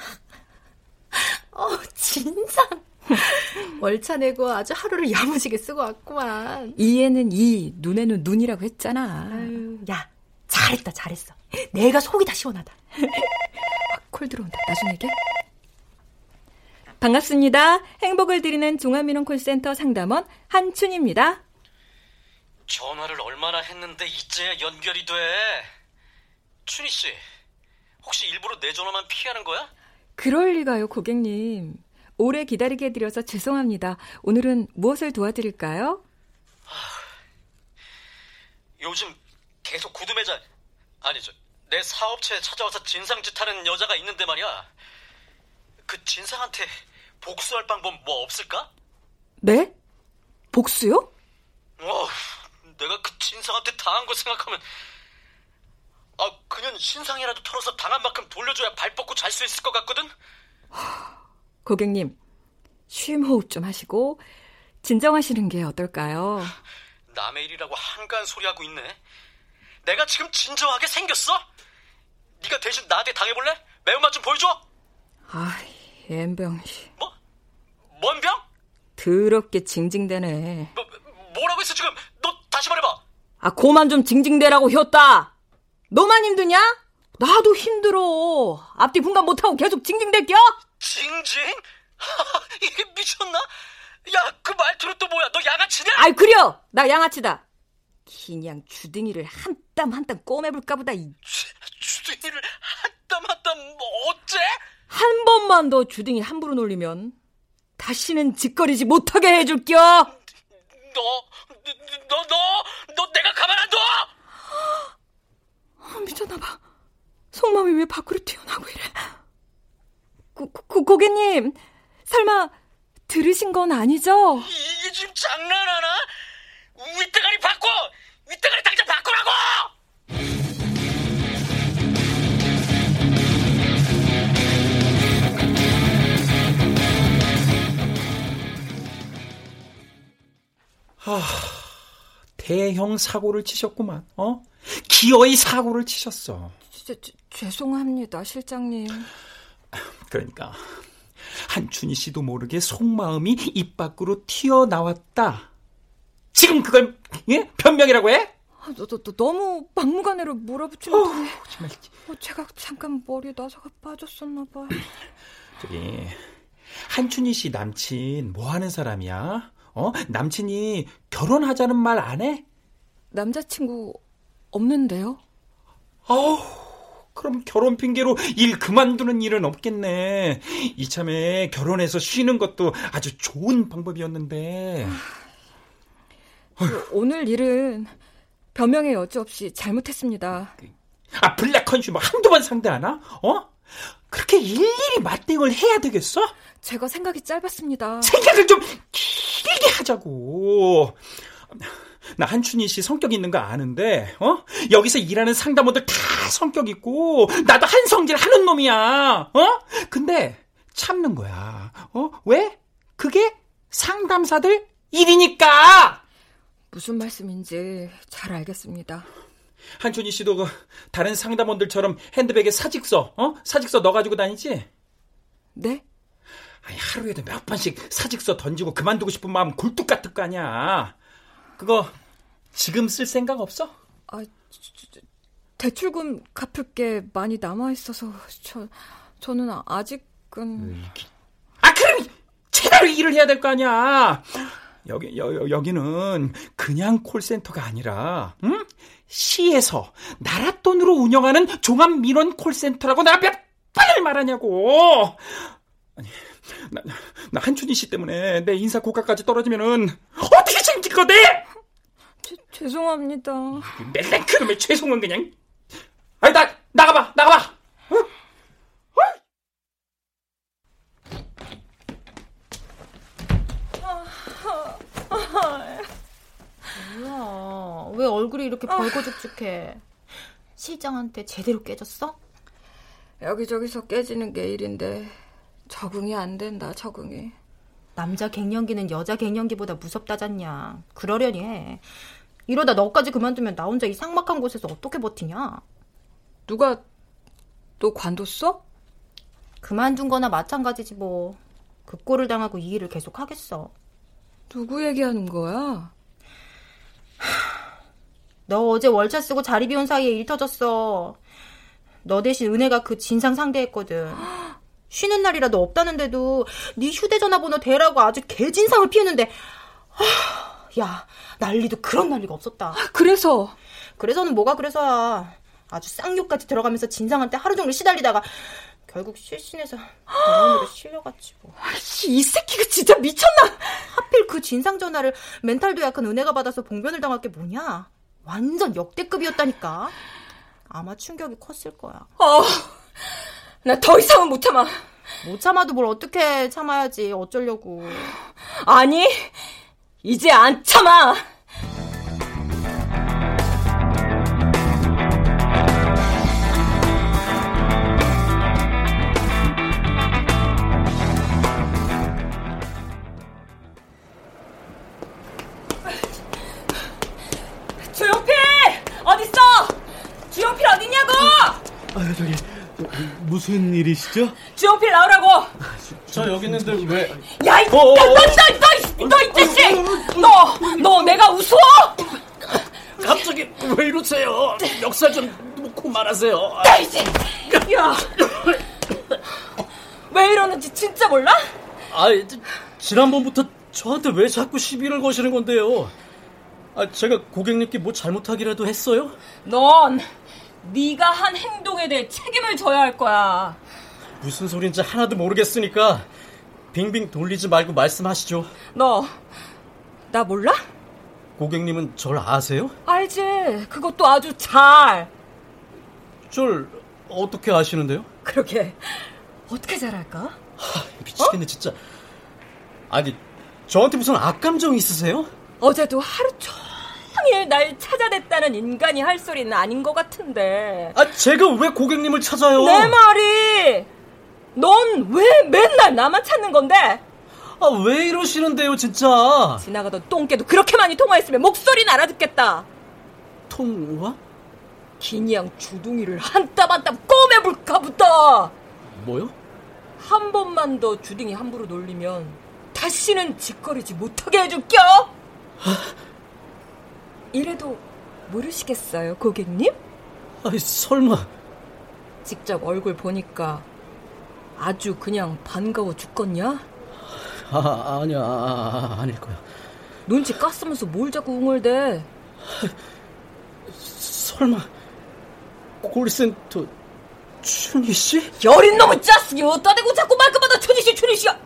Speaker 8: 어, 진상. 월차 내고 아주 하루를 야무지게 쓰고 왔구만.
Speaker 7: 이에는 이, 눈에는 눈이라고 했잖아.
Speaker 8: 아유, 음, 야, 잘했다, 잘했어. 내가 속이 다 시원하다.
Speaker 7: 아, 콜 들어온다. 나중에 얘기해. 반갑습니다. 행복을 드리는 종합민원 콜센터 상담원 한춘입니다.
Speaker 4: 전화를 얼마나 했는데 이제야 연결이 돼. 춘희 씨, 혹시 일부러 내 전화만 피하는 거야?
Speaker 7: 그럴 리가요, 고객님. 오래 기다리게 해드려서 죄송합니다. 오늘은 무엇을 도와드릴까요?
Speaker 4: 요즘 계속 구두 매장 아니 저내 사업체에 찾아와서 진상짓하는 여자가 있는데 말이야. 그 진상한테 복수할 방법 뭐 없을까?
Speaker 7: 네? 복수요?
Speaker 4: 어, 내가 그 진상한테 당한 거 생각하면 아, 그년 신상이라도 털어서 당한 만큼 돌려줘야 발 뻗고 잘 수 있을 것 같거든.
Speaker 7: 고객님, 쉼 호흡 좀 하시고 진정하시는 게 어떨까요?
Speaker 4: 남의 일이라고 한가한 소리 하고 있네. 내가 지금 진정하게 생겼어? 네가 대신 나한테 당해볼래? 매운맛 좀 보여줘.
Speaker 7: 아, 엠병 씨.
Speaker 4: 뭐? 뭔 병?
Speaker 7: 더럽게 징징대네.
Speaker 4: 뭐, 뭐라고 했어 지금? 너 다시 말해봐.
Speaker 7: 아, 고만 좀 징징대라고 혔다. 너만 힘드냐? 나도 힘들어. 앞뒤 분간 못하고 계속 징징댈겨?
Speaker 4: 징징? 이게 미쳤나? 야, 그 말투로 또 뭐야? 너 양아치냐?
Speaker 7: 아이, 그려! 나 양아치다. 그냥 주둥이를 한 땀 한 땀 꼬매볼까 보다. 이.
Speaker 4: 주둥이를 한 땀 한 땀 뭐 어째?
Speaker 7: 한 번만 더 주둥이 함부로 놀리면 다시는 짓거리지 못하게 해줄겨.
Speaker 4: 너, 너, 너, 너 내가 가만 안 둬!
Speaker 7: 아, 미쳤나봐. 속마음이 왜 밖으로 튀어나오고 이래. 고, 고, 고객님, 설마 들으신 건 아니죠?
Speaker 4: 이게 지금 장난하나? 윗대가리 바꿔! 윗대가리 당장 바꾸라고!
Speaker 2: 아, 대형 사고를 치셨구만. 어? 기어이 사고를 치셨어.
Speaker 7: 제, 제, 죄송합니다, 실장님.
Speaker 2: 그러니까 한춘희 씨도 모르게 속마음이 입 밖으로 튀어나왔다. 지금 그걸 예? 변명이라고 해?
Speaker 7: 아, 너, 너, 너 너무 막무가내로 몰아붙이면 어, 정말. 어, 제가 잠깐 머리에 나사가 빠졌었나 봐요.
Speaker 2: 저기 한춘희 씨 남친 뭐 하는 사람이야? 어? 남친이 결혼하자는 말 안 해?
Speaker 7: 남자친구 없는데요?
Speaker 2: 어우, 그럼 결혼 핑계로 일 그만두는 일은 없겠네. 이참에 결혼해서 쉬는 것도 아주 좋은 방법이었는데.
Speaker 7: 그 오늘 일은 변명의 여지 없이 잘못했습니다.
Speaker 2: 아, 블랙 컨슈머 한두 번 상대하나? 어? 그렇게 일일이 맞대응을 해야 되겠어?
Speaker 7: 제가 생각이 짧았습니다.
Speaker 2: 생각을 좀 길게 하자고. 나 한춘희 씨 성격 있는 거 아는데, 어? 여기서 일하는 상담원들 다 성격 있고, 나도 한성질 하는 놈이야, 어? 근데 참는 거야, 어? 왜? 그게 상담사들 일이니까!
Speaker 7: 무슨 말씀인지 잘 알겠습니다.
Speaker 2: 한준희 씨도 그 다른 상담원들처럼 핸드백에 사직서, 어? 사직서 넣어가지고 다니지?
Speaker 7: 네?
Speaker 2: 아니, 하루에도 몇 번씩 사직서 던지고 그만두고 싶은 마음 굴뚝 같을 거 아니야. 그거 지금 쓸 생각 없어?
Speaker 7: 아, 저, 저, 대출금 갚을 게 많이 남아있어서 저, 저는 아직은...
Speaker 2: 아, 그럼 제대로 일을 해야 될 거 아니야. 여기, 여, 여기는 그냥 콜센터가 아니라, 응? 시에서 나랏돈으로 운영하는 종합민원 콜센터라고 내가 몇 번을 말하냐고! 아니, 나, 나 한춘희 씨 때문에 내 인사 고가까지 떨어지면은 어떻게 책임질 거대?
Speaker 7: 제, 죄송합니다.
Speaker 2: 맨날 그놈의 죄송은 그냥. 아니, 나, 나가봐, 나가봐! 어?
Speaker 8: 아,
Speaker 9: 뭐야? 왜 얼굴이 이렇게 벌거죽죽해?
Speaker 3: 실장한테 제대로 깨졌어?
Speaker 7: 여기저기서 깨지는 게 일인데 적응이 안 된다 적응이.
Speaker 8: 남자 갱년기는 여자 갱년기보다 무섭다잖냐. 그러려니 해. 이러다 너까지 그만두면 나 혼자 이 삭막한 곳에서 어떻게 버티냐?
Speaker 7: 누가 너 관뒀어?
Speaker 8: 그만둔 거나 마찬가지지 뭐. 그 꼴을 당하고 이 일을 계속 하겠어.
Speaker 7: 누구 얘기하는 거야?
Speaker 8: 너 어제 월차 쓰고 자리 비운 사이에 일 터졌어. 너 대신 은혜가 그 진상 상대했거든. 쉬는 날이라도 없다는데도 네 휴대전화 번호 대라고 아주 개진상을 피우는데 아, 야 난리도 그런 난리가 없었다.
Speaker 7: 그래서?
Speaker 8: 그래서는 뭐가 그래서야. 아주 쌍욕까지 들어가면서 진상한테 하루 종일 시달리다가 결국 실신해서 병원으로 실려갔지 뭐.
Speaker 7: 이 새끼가 진짜 미쳤나?
Speaker 8: 하필 그 진상 전화를 멘탈도 약한 은혜가 받아서 봉변을 당할 게 뭐냐? 완전 역대급이었다니까. 아마 충격이 컸을 거야.
Speaker 7: 어, 나 더 이상은 못 참아.
Speaker 8: 못 참아도 뭘 어떻게 참아야지. 어쩌려고.
Speaker 7: 아니, 이제 안 참아.
Speaker 14: 아, 저기 무슨 일이시죠?
Speaker 20: 주영필 나오라고.
Speaker 14: 저 여기 있는데 왜? 어,
Speaker 20: 야, 이, 너, 너, 너, 너, 이 자식! 너, 너 내가 우스워?
Speaker 14: 갑자기 왜 이러세요? 역사 좀 놓고 말하세요.
Speaker 20: 야, 이제, 야, 왜 이러는지 진짜 몰라?
Speaker 13: 아, 지난번부터 저한테 왜 자꾸 시비를 거시는 건데요? 아, 제가 고객님께 뭐 잘못하기라도 했어요?
Speaker 20: 넌 네가 한 행동에 대해 책임을 져야 할 거야.
Speaker 13: 무슨 소린지 하나도 모르겠으니까 빙빙 돌리지 말고 말씀하시죠.
Speaker 20: 너 나 몰라?
Speaker 13: 고객님은 절 아세요?
Speaker 20: 알지. 그것도 아주 잘.
Speaker 13: 절 어떻게 아시는데요?
Speaker 20: 그러게. 어떻게 잘할까?
Speaker 13: 하, 미치겠네 어? 진짜. 아니 저한테 무슨 악감정 있으세요?
Speaker 20: 어제도 하루 종일 상일 날 찾아냈다는 인간이 할 소리는 아닌 것 같은데.
Speaker 13: 아, 제가 왜 고객님을 찾아요?
Speaker 20: 내 말이! 넌 왜 맨날 나만 찾는 건데?
Speaker 13: 아, 왜 이러시는데요, 진짜?
Speaker 20: 지나가던 똥개도 그렇게 많이 통화했으면 목소리는 알아듣겠다.
Speaker 13: 통화?
Speaker 20: 기니양 주둥이를 한땀한땀 꼬매볼까 보다!
Speaker 13: 뭐요?
Speaker 20: 한 번만 더
Speaker 4: 아.
Speaker 20: 주둥이 함부로 놀리면 다시는 짓거리지 못하게 해줄게요!
Speaker 7: 이래도 모르시겠어요, 고객님?
Speaker 4: 아니, 설마.
Speaker 7: 직접 얼굴 보니까 아주 그냥 반가워 죽겠냐?
Speaker 4: 아, 아니야. 아, 아, 아닐 거야.
Speaker 7: 눈치 깠으면서 뭘 자꾸 웅얼대?
Speaker 4: 설마 콜센터 춘희 씨?
Speaker 21: 여린 놈의 자식이 어따 대고 자꾸 말끝마다 춘희 씨, 춘희 씨야.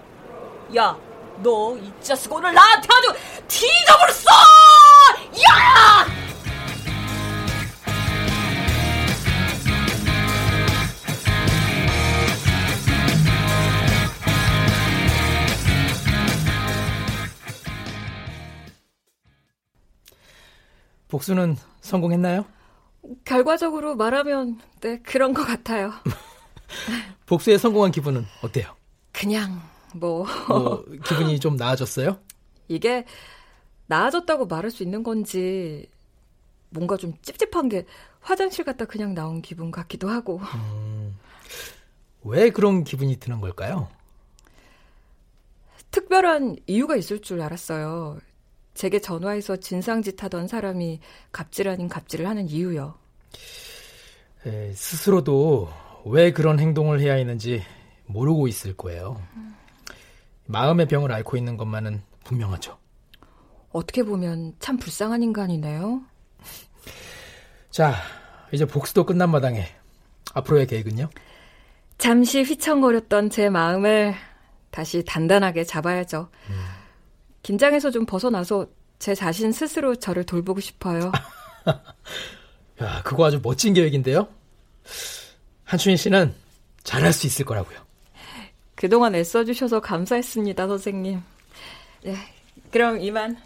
Speaker 21: 야, 너 이 자식 오늘 나한테 아주 뒤져버렸어! 야!
Speaker 2: 복수는 성공했나요?
Speaker 7: 결과적으로 말하면 네 그런 것 같아요.
Speaker 2: 복수에 성공한 기분은 어때요?
Speaker 7: 그냥 뭐
Speaker 2: 뭐 기분이 좀 나아졌어요?
Speaker 7: 이게 나아졌다고 말할 수 있는 건지 뭔가 좀 찝찝한 게 화장실 갔다 그냥 나온 기분 같기도 하고
Speaker 2: 왜 그런 기분이 드는 걸까요?
Speaker 7: 특별한 이유가 있을 줄 알았어요. 제게 전화해서 진상짓 하던 사람이 갑질 아닌 갑질을 하는 이유요.
Speaker 2: 에, 예, 스스로도 왜 그런 행동을 해야 하는지 모르고 있을 거예요. 마음의 병을 앓고 있는 것만은 분명하죠.
Speaker 7: 어떻게 보면 참 불쌍한 인간이네요.
Speaker 2: 자, 이제 복수도 끝난 마당에 앞으로의 계획은요?
Speaker 7: 잠시 휘청거렸던 제 마음을 다시 단단하게 잡아야죠. 긴장해서 좀 벗어나서 제 자신 스스로 저를 돌보고 싶어요.
Speaker 2: 야, 그거 아주 멋진 계획인데요. 한춘희 씨는 잘할 수 있을 거라고요.
Speaker 7: 그동안 애써주셔서 감사했습니다, 선생님. 예, 그럼 이만.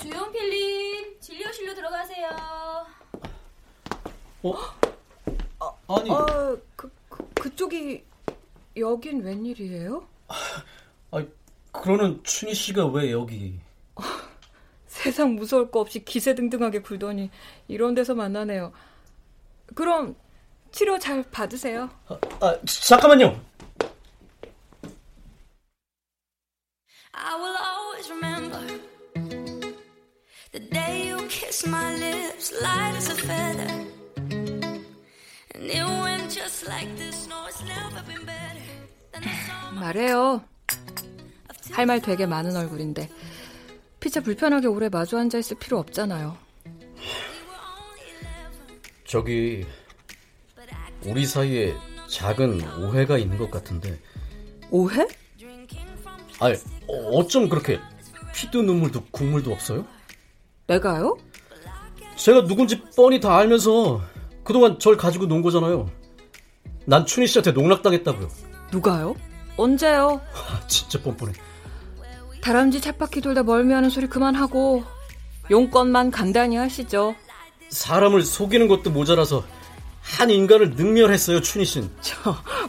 Speaker 5: 주용필님 진료실로 들어가세요.
Speaker 4: 어? 아니.
Speaker 7: 어, 그, 그, 그쪽이 여긴 웬일이에요?
Speaker 4: 아, 그러는 춘희 씨가 왜 여기?
Speaker 7: 어, 세상 무서울 거 없이 기세등등하게 굴더니 이런 데서 만나네요. 그럼 치료 잘 받으세요.
Speaker 4: 아, 잠깐만요.
Speaker 5: I will always remember the day you kissed my lips, light as a feather. And it went just like this. No, it's never been better.
Speaker 7: 말해요. 할 말 되게 많은 얼굴인데 피차 불편하게 오래 마주 앉아 있을 필요 없잖아요.
Speaker 4: 저기 우리 사이에 작은 오해가 있는 것 같은데.
Speaker 7: 오해?
Speaker 4: 아, 어쩜 그렇게 피도 눈물도 국물도 없어요?
Speaker 7: 내가요?
Speaker 4: 제가 누군지 뻔히 다 알면서 그동안 절 가지고 논 거잖아요. 난 춘희 씨한테 농락당했다고요.
Speaker 7: 누가요? 언제요?
Speaker 4: 아, 진짜 뻔뻔해.
Speaker 7: 다람쥐 쳇바퀴 돌다 멀미하는 소리 그만하고 용건만 간단히 하시죠.
Speaker 4: 사람을 속이는 것도 모자라서 한 인간을 능멸했어요, 춘희 씨는.
Speaker 7: 저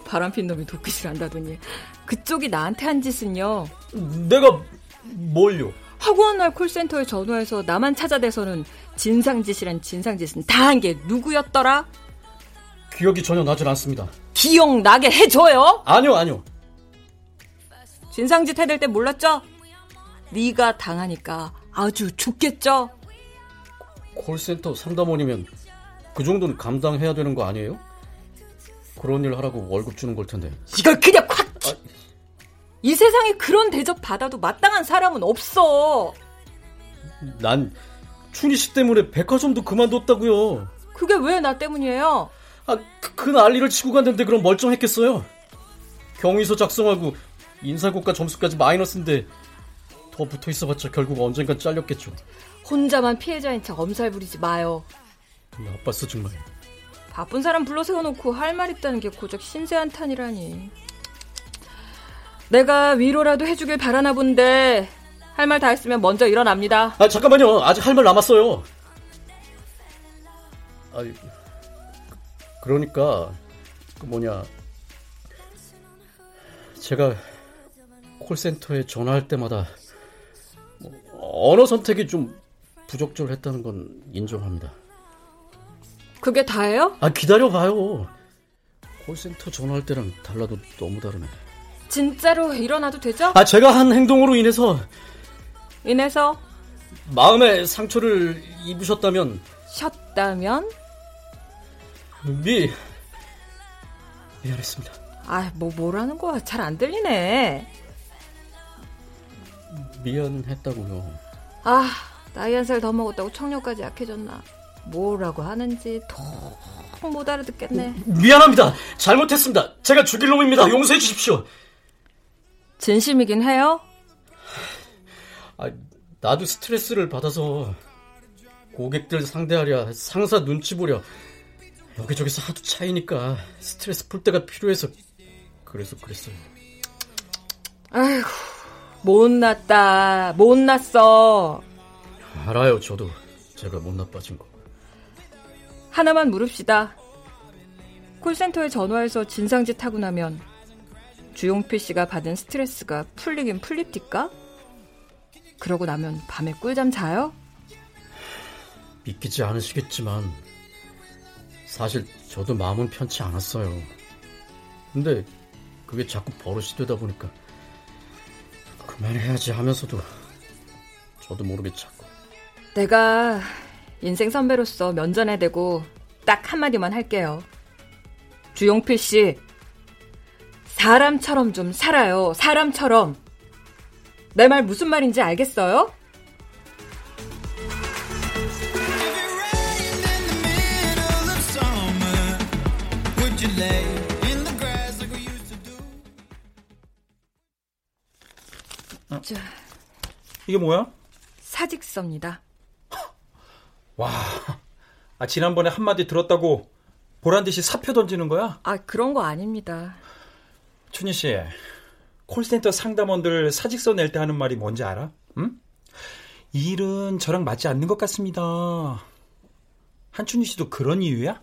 Speaker 7: 바람핀 놈이 도끼질 한다더니 그쪽이 나한테 한 짓은요.
Speaker 4: 내가 뭘요?
Speaker 7: 학원 날 콜센터에 전화해서 나만 찾아대서는 진상짓이란 진상짓은 다 한 게 누구였더라?
Speaker 4: 기억이 전혀 나질 않습니다.
Speaker 7: 기억나게 해줘요.
Speaker 4: 아니요, 아니요.
Speaker 7: 진상짓 해댈 때 몰랐죠? 네가 당하니까 아주 죽겠죠?
Speaker 4: 콜센터 상담원이면 그 정도는 감당해야 되는 거 아니에요? 그런 일 하라고 월급 주는 걸 텐데.
Speaker 7: 이걸 그냥 확! 이 세상에 그런 대접 받아도 마땅한 사람은 없어.
Speaker 4: 난 춘희 씨 때문에 백화점도 그만뒀다고요.
Speaker 7: 그게 왜 나 때문이에요?
Speaker 4: 아, 그, 그 난리를 치고 갔는데 그럼 멀쩡했겠어요? 경위서 작성하고 인사고과 점수까지 마이너스인데 더 붙어 있어봤자 결국 언젠간 잘렸겠죠.
Speaker 7: 혼자만 피해자인 척 엄살 부리지 마요.
Speaker 4: 나빴어 정말.
Speaker 7: 바쁜 사람 불러 세워놓고 할 말 있다는 게 고작 신세한탄이라니. 내가 위로라도 해주길 바라나 본데 할 말 다 했으면 먼저 일어납니다.
Speaker 4: 아 잠깐만요. 아직 할 말 남았어요. 아 그러니까 그 뭐냐 제가 콜센터에 전화할 때마다 뭐 언어 선택이 좀 부적절했다는 건 인정합니다.
Speaker 7: 그게 다예요?
Speaker 4: 아 기다려봐요. 콜센터 전화할 때랑 달라도 너무 다르네.
Speaker 7: 진짜로 일어나도 되죠?
Speaker 4: 아 제가 한 행동으로 인해서
Speaker 7: 인해서
Speaker 4: 마음의 상처를 입으셨다면
Speaker 7: 셨다면
Speaker 4: 미 미안했습니다.
Speaker 7: 아, 뭐 뭐라는 거야? 잘 안 들리네.
Speaker 4: 미안했다고요.
Speaker 7: 아, 나이 한 살 더 먹었다고 청력까지 약해졌나? 뭐라고 하는지 통 못 알아듣겠네.
Speaker 4: 미안합니다. 잘못했습니다. 제가 죽일 놈입니다. 용서해 주십시오.
Speaker 7: 진심이긴 해요.
Speaker 4: 아, 나도 스트레스를 받아서 고객들 상대하랴, 상사 눈치 보랴. 여기저기서 하도 차이니까 스트레스 풀 때가 필요해서 그래서 그랬어요.
Speaker 7: 아이고, 못났다. 못났어.
Speaker 4: 알아요, 저도 제가 못 나빠진 거.
Speaker 7: 하나만 물읍시다. 콜센터에 전화해서 진상짓 하고 나면 주용필 씨가 받은 스트레스가 풀리긴 풀립니까? 그러고 나면 밤에 꿀잠 자요?
Speaker 4: 믿기지 않으시겠지만 사실 저도 마음은 편치 않았어요. 근데 그게 자꾸 버릇이 되다 보니까 그만해야지 하면서도 저도 모르게 자꾸
Speaker 7: 내가 인생 선배로서 면전에 대고 딱 한마디만 할게요. 주용필 씨, 사람처럼 좀 살아요. 사람처럼. 내 말 무슨 말인지 알겠어요?
Speaker 2: 어?
Speaker 7: 자,
Speaker 2: 이게 뭐야?
Speaker 7: 사직서입니다.
Speaker 2: 와, 아, 지난번에 한마디 들었다고 보란 듯이 사표 던지는 거야?
Speaker 7: 아, 그런 거 아닙니다.
Speaker 2: 춘희 씨, 콜센터 상담원들 사직서 낼 때 하는 말이 뭔지 알아? 응? 이 일은 저랑 맞지 않는 것 같습니다. 한춘희 씨도 그런 이유야?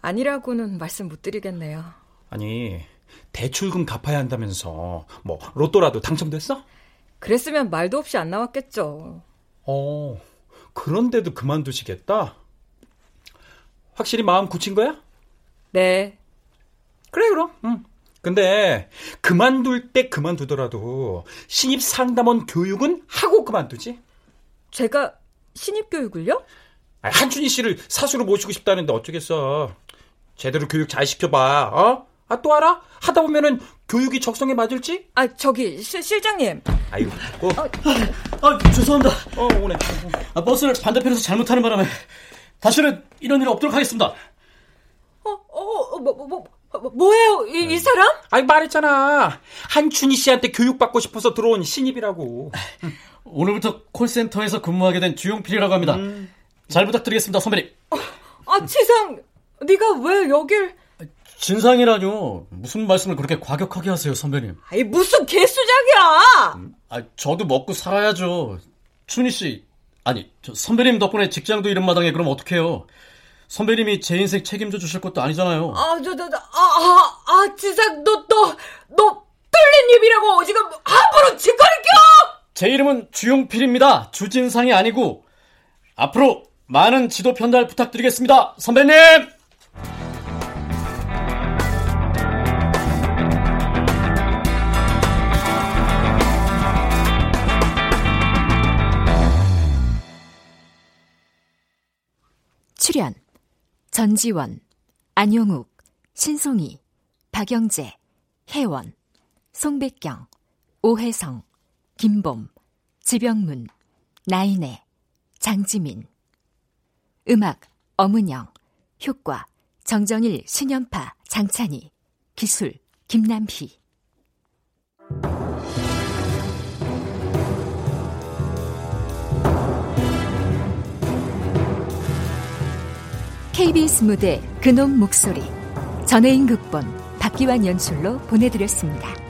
Speaker 7: 아니라고는 말씀 못 드리겠네요.
Speaker 2: 아니, 대출금 갚아야 한다면서 뭐 로또라도 당첨됐어?
Speaker 7: 그랬으면 말도 없이 안 나왔겠죠.
Speaker 2: 어, 그런데도 그만두시겠다? 확실히 마음 굳힌 거야?
Speaker 7: 네.
Speaker 2: 그래, 그럼. 응. 근데 그만둘 때 그만두더라도 신입 상담원 교육은 하고 그만두지.
Speaker 7: 제가 신입 교육을요?
Speaker 2: 아, 한춘희 씨를 사수로 모시고 싶다는데 어쩌겠어. 제대로 교육 잘 시켜봐. 어? 아, 또 알아? 하다 보면은 교육이 적성에 맞을지?
Speaker 7: 아, 저기 실, 실장님.
Speaker 2: 아이고, 자꾸.
Speaker 4: 아, 아, 죄송합니다.
Speaker 2: 어, 오네.
Speaker 4: 아, 버스를 반대편에서 잘못 타는 바람에 다시는 이런 일이 없도록 하겠습니다.
Speaker 7: 어, 어, 어, 뭐, 뭐, 뭐, 뭐예요, 이, 이 사람?
Speaker 2: 아이, 말했잖아. 한춘희 씨한테 교육받고 싶어서 들어온 신입이라고.
Speaker 4: 오늘부터 콜센터에서 근무하게 된 주용필이라고 합니다. 잘 부탁드리겠습니다, 선배님.
Speaker 7: 아, 지상, 네가 왜 여길?
Speaker 4: 진상이라뇨. 무슨 말씀을 그렇게 과격하게 하세요, 선배님.
Speaker 7: 아이 무슨 개수작이야!
Speaker 4: 아, 저도 먹고 살아야죠. 춘희 씨, 아니, 저 선배님 덕분에 직장도 잃은 마당에 그럼 어떡해요? 선배님이 제 인생 책임져 주실 것도 아니잖아요.
Speaker 7: 아, 저, 저, 저, 아, 아, 아, 지상, 너, 너, 너, 뚫린 입이라고 지금 함부로 짓거리 껴!
Speaker 4: 제 이름은 주용필입니다. 주진상이 아니고 앞으로 많은 지도 편달 부탁드리겠습니다. 선배님!
Speaker 22: 출연 전지원, 안용욱, 신송이, 박영재, 혜원, 송백경, 오혜성, 김봄, 지병문, 나인애, 장지민 음악 엄은영, 효과 정정일, 신연파, 장찬희 기술 김남희 KBS 무대 그놈 목소리 전혜인 극본 박기환 연출로 보내드렸습니다.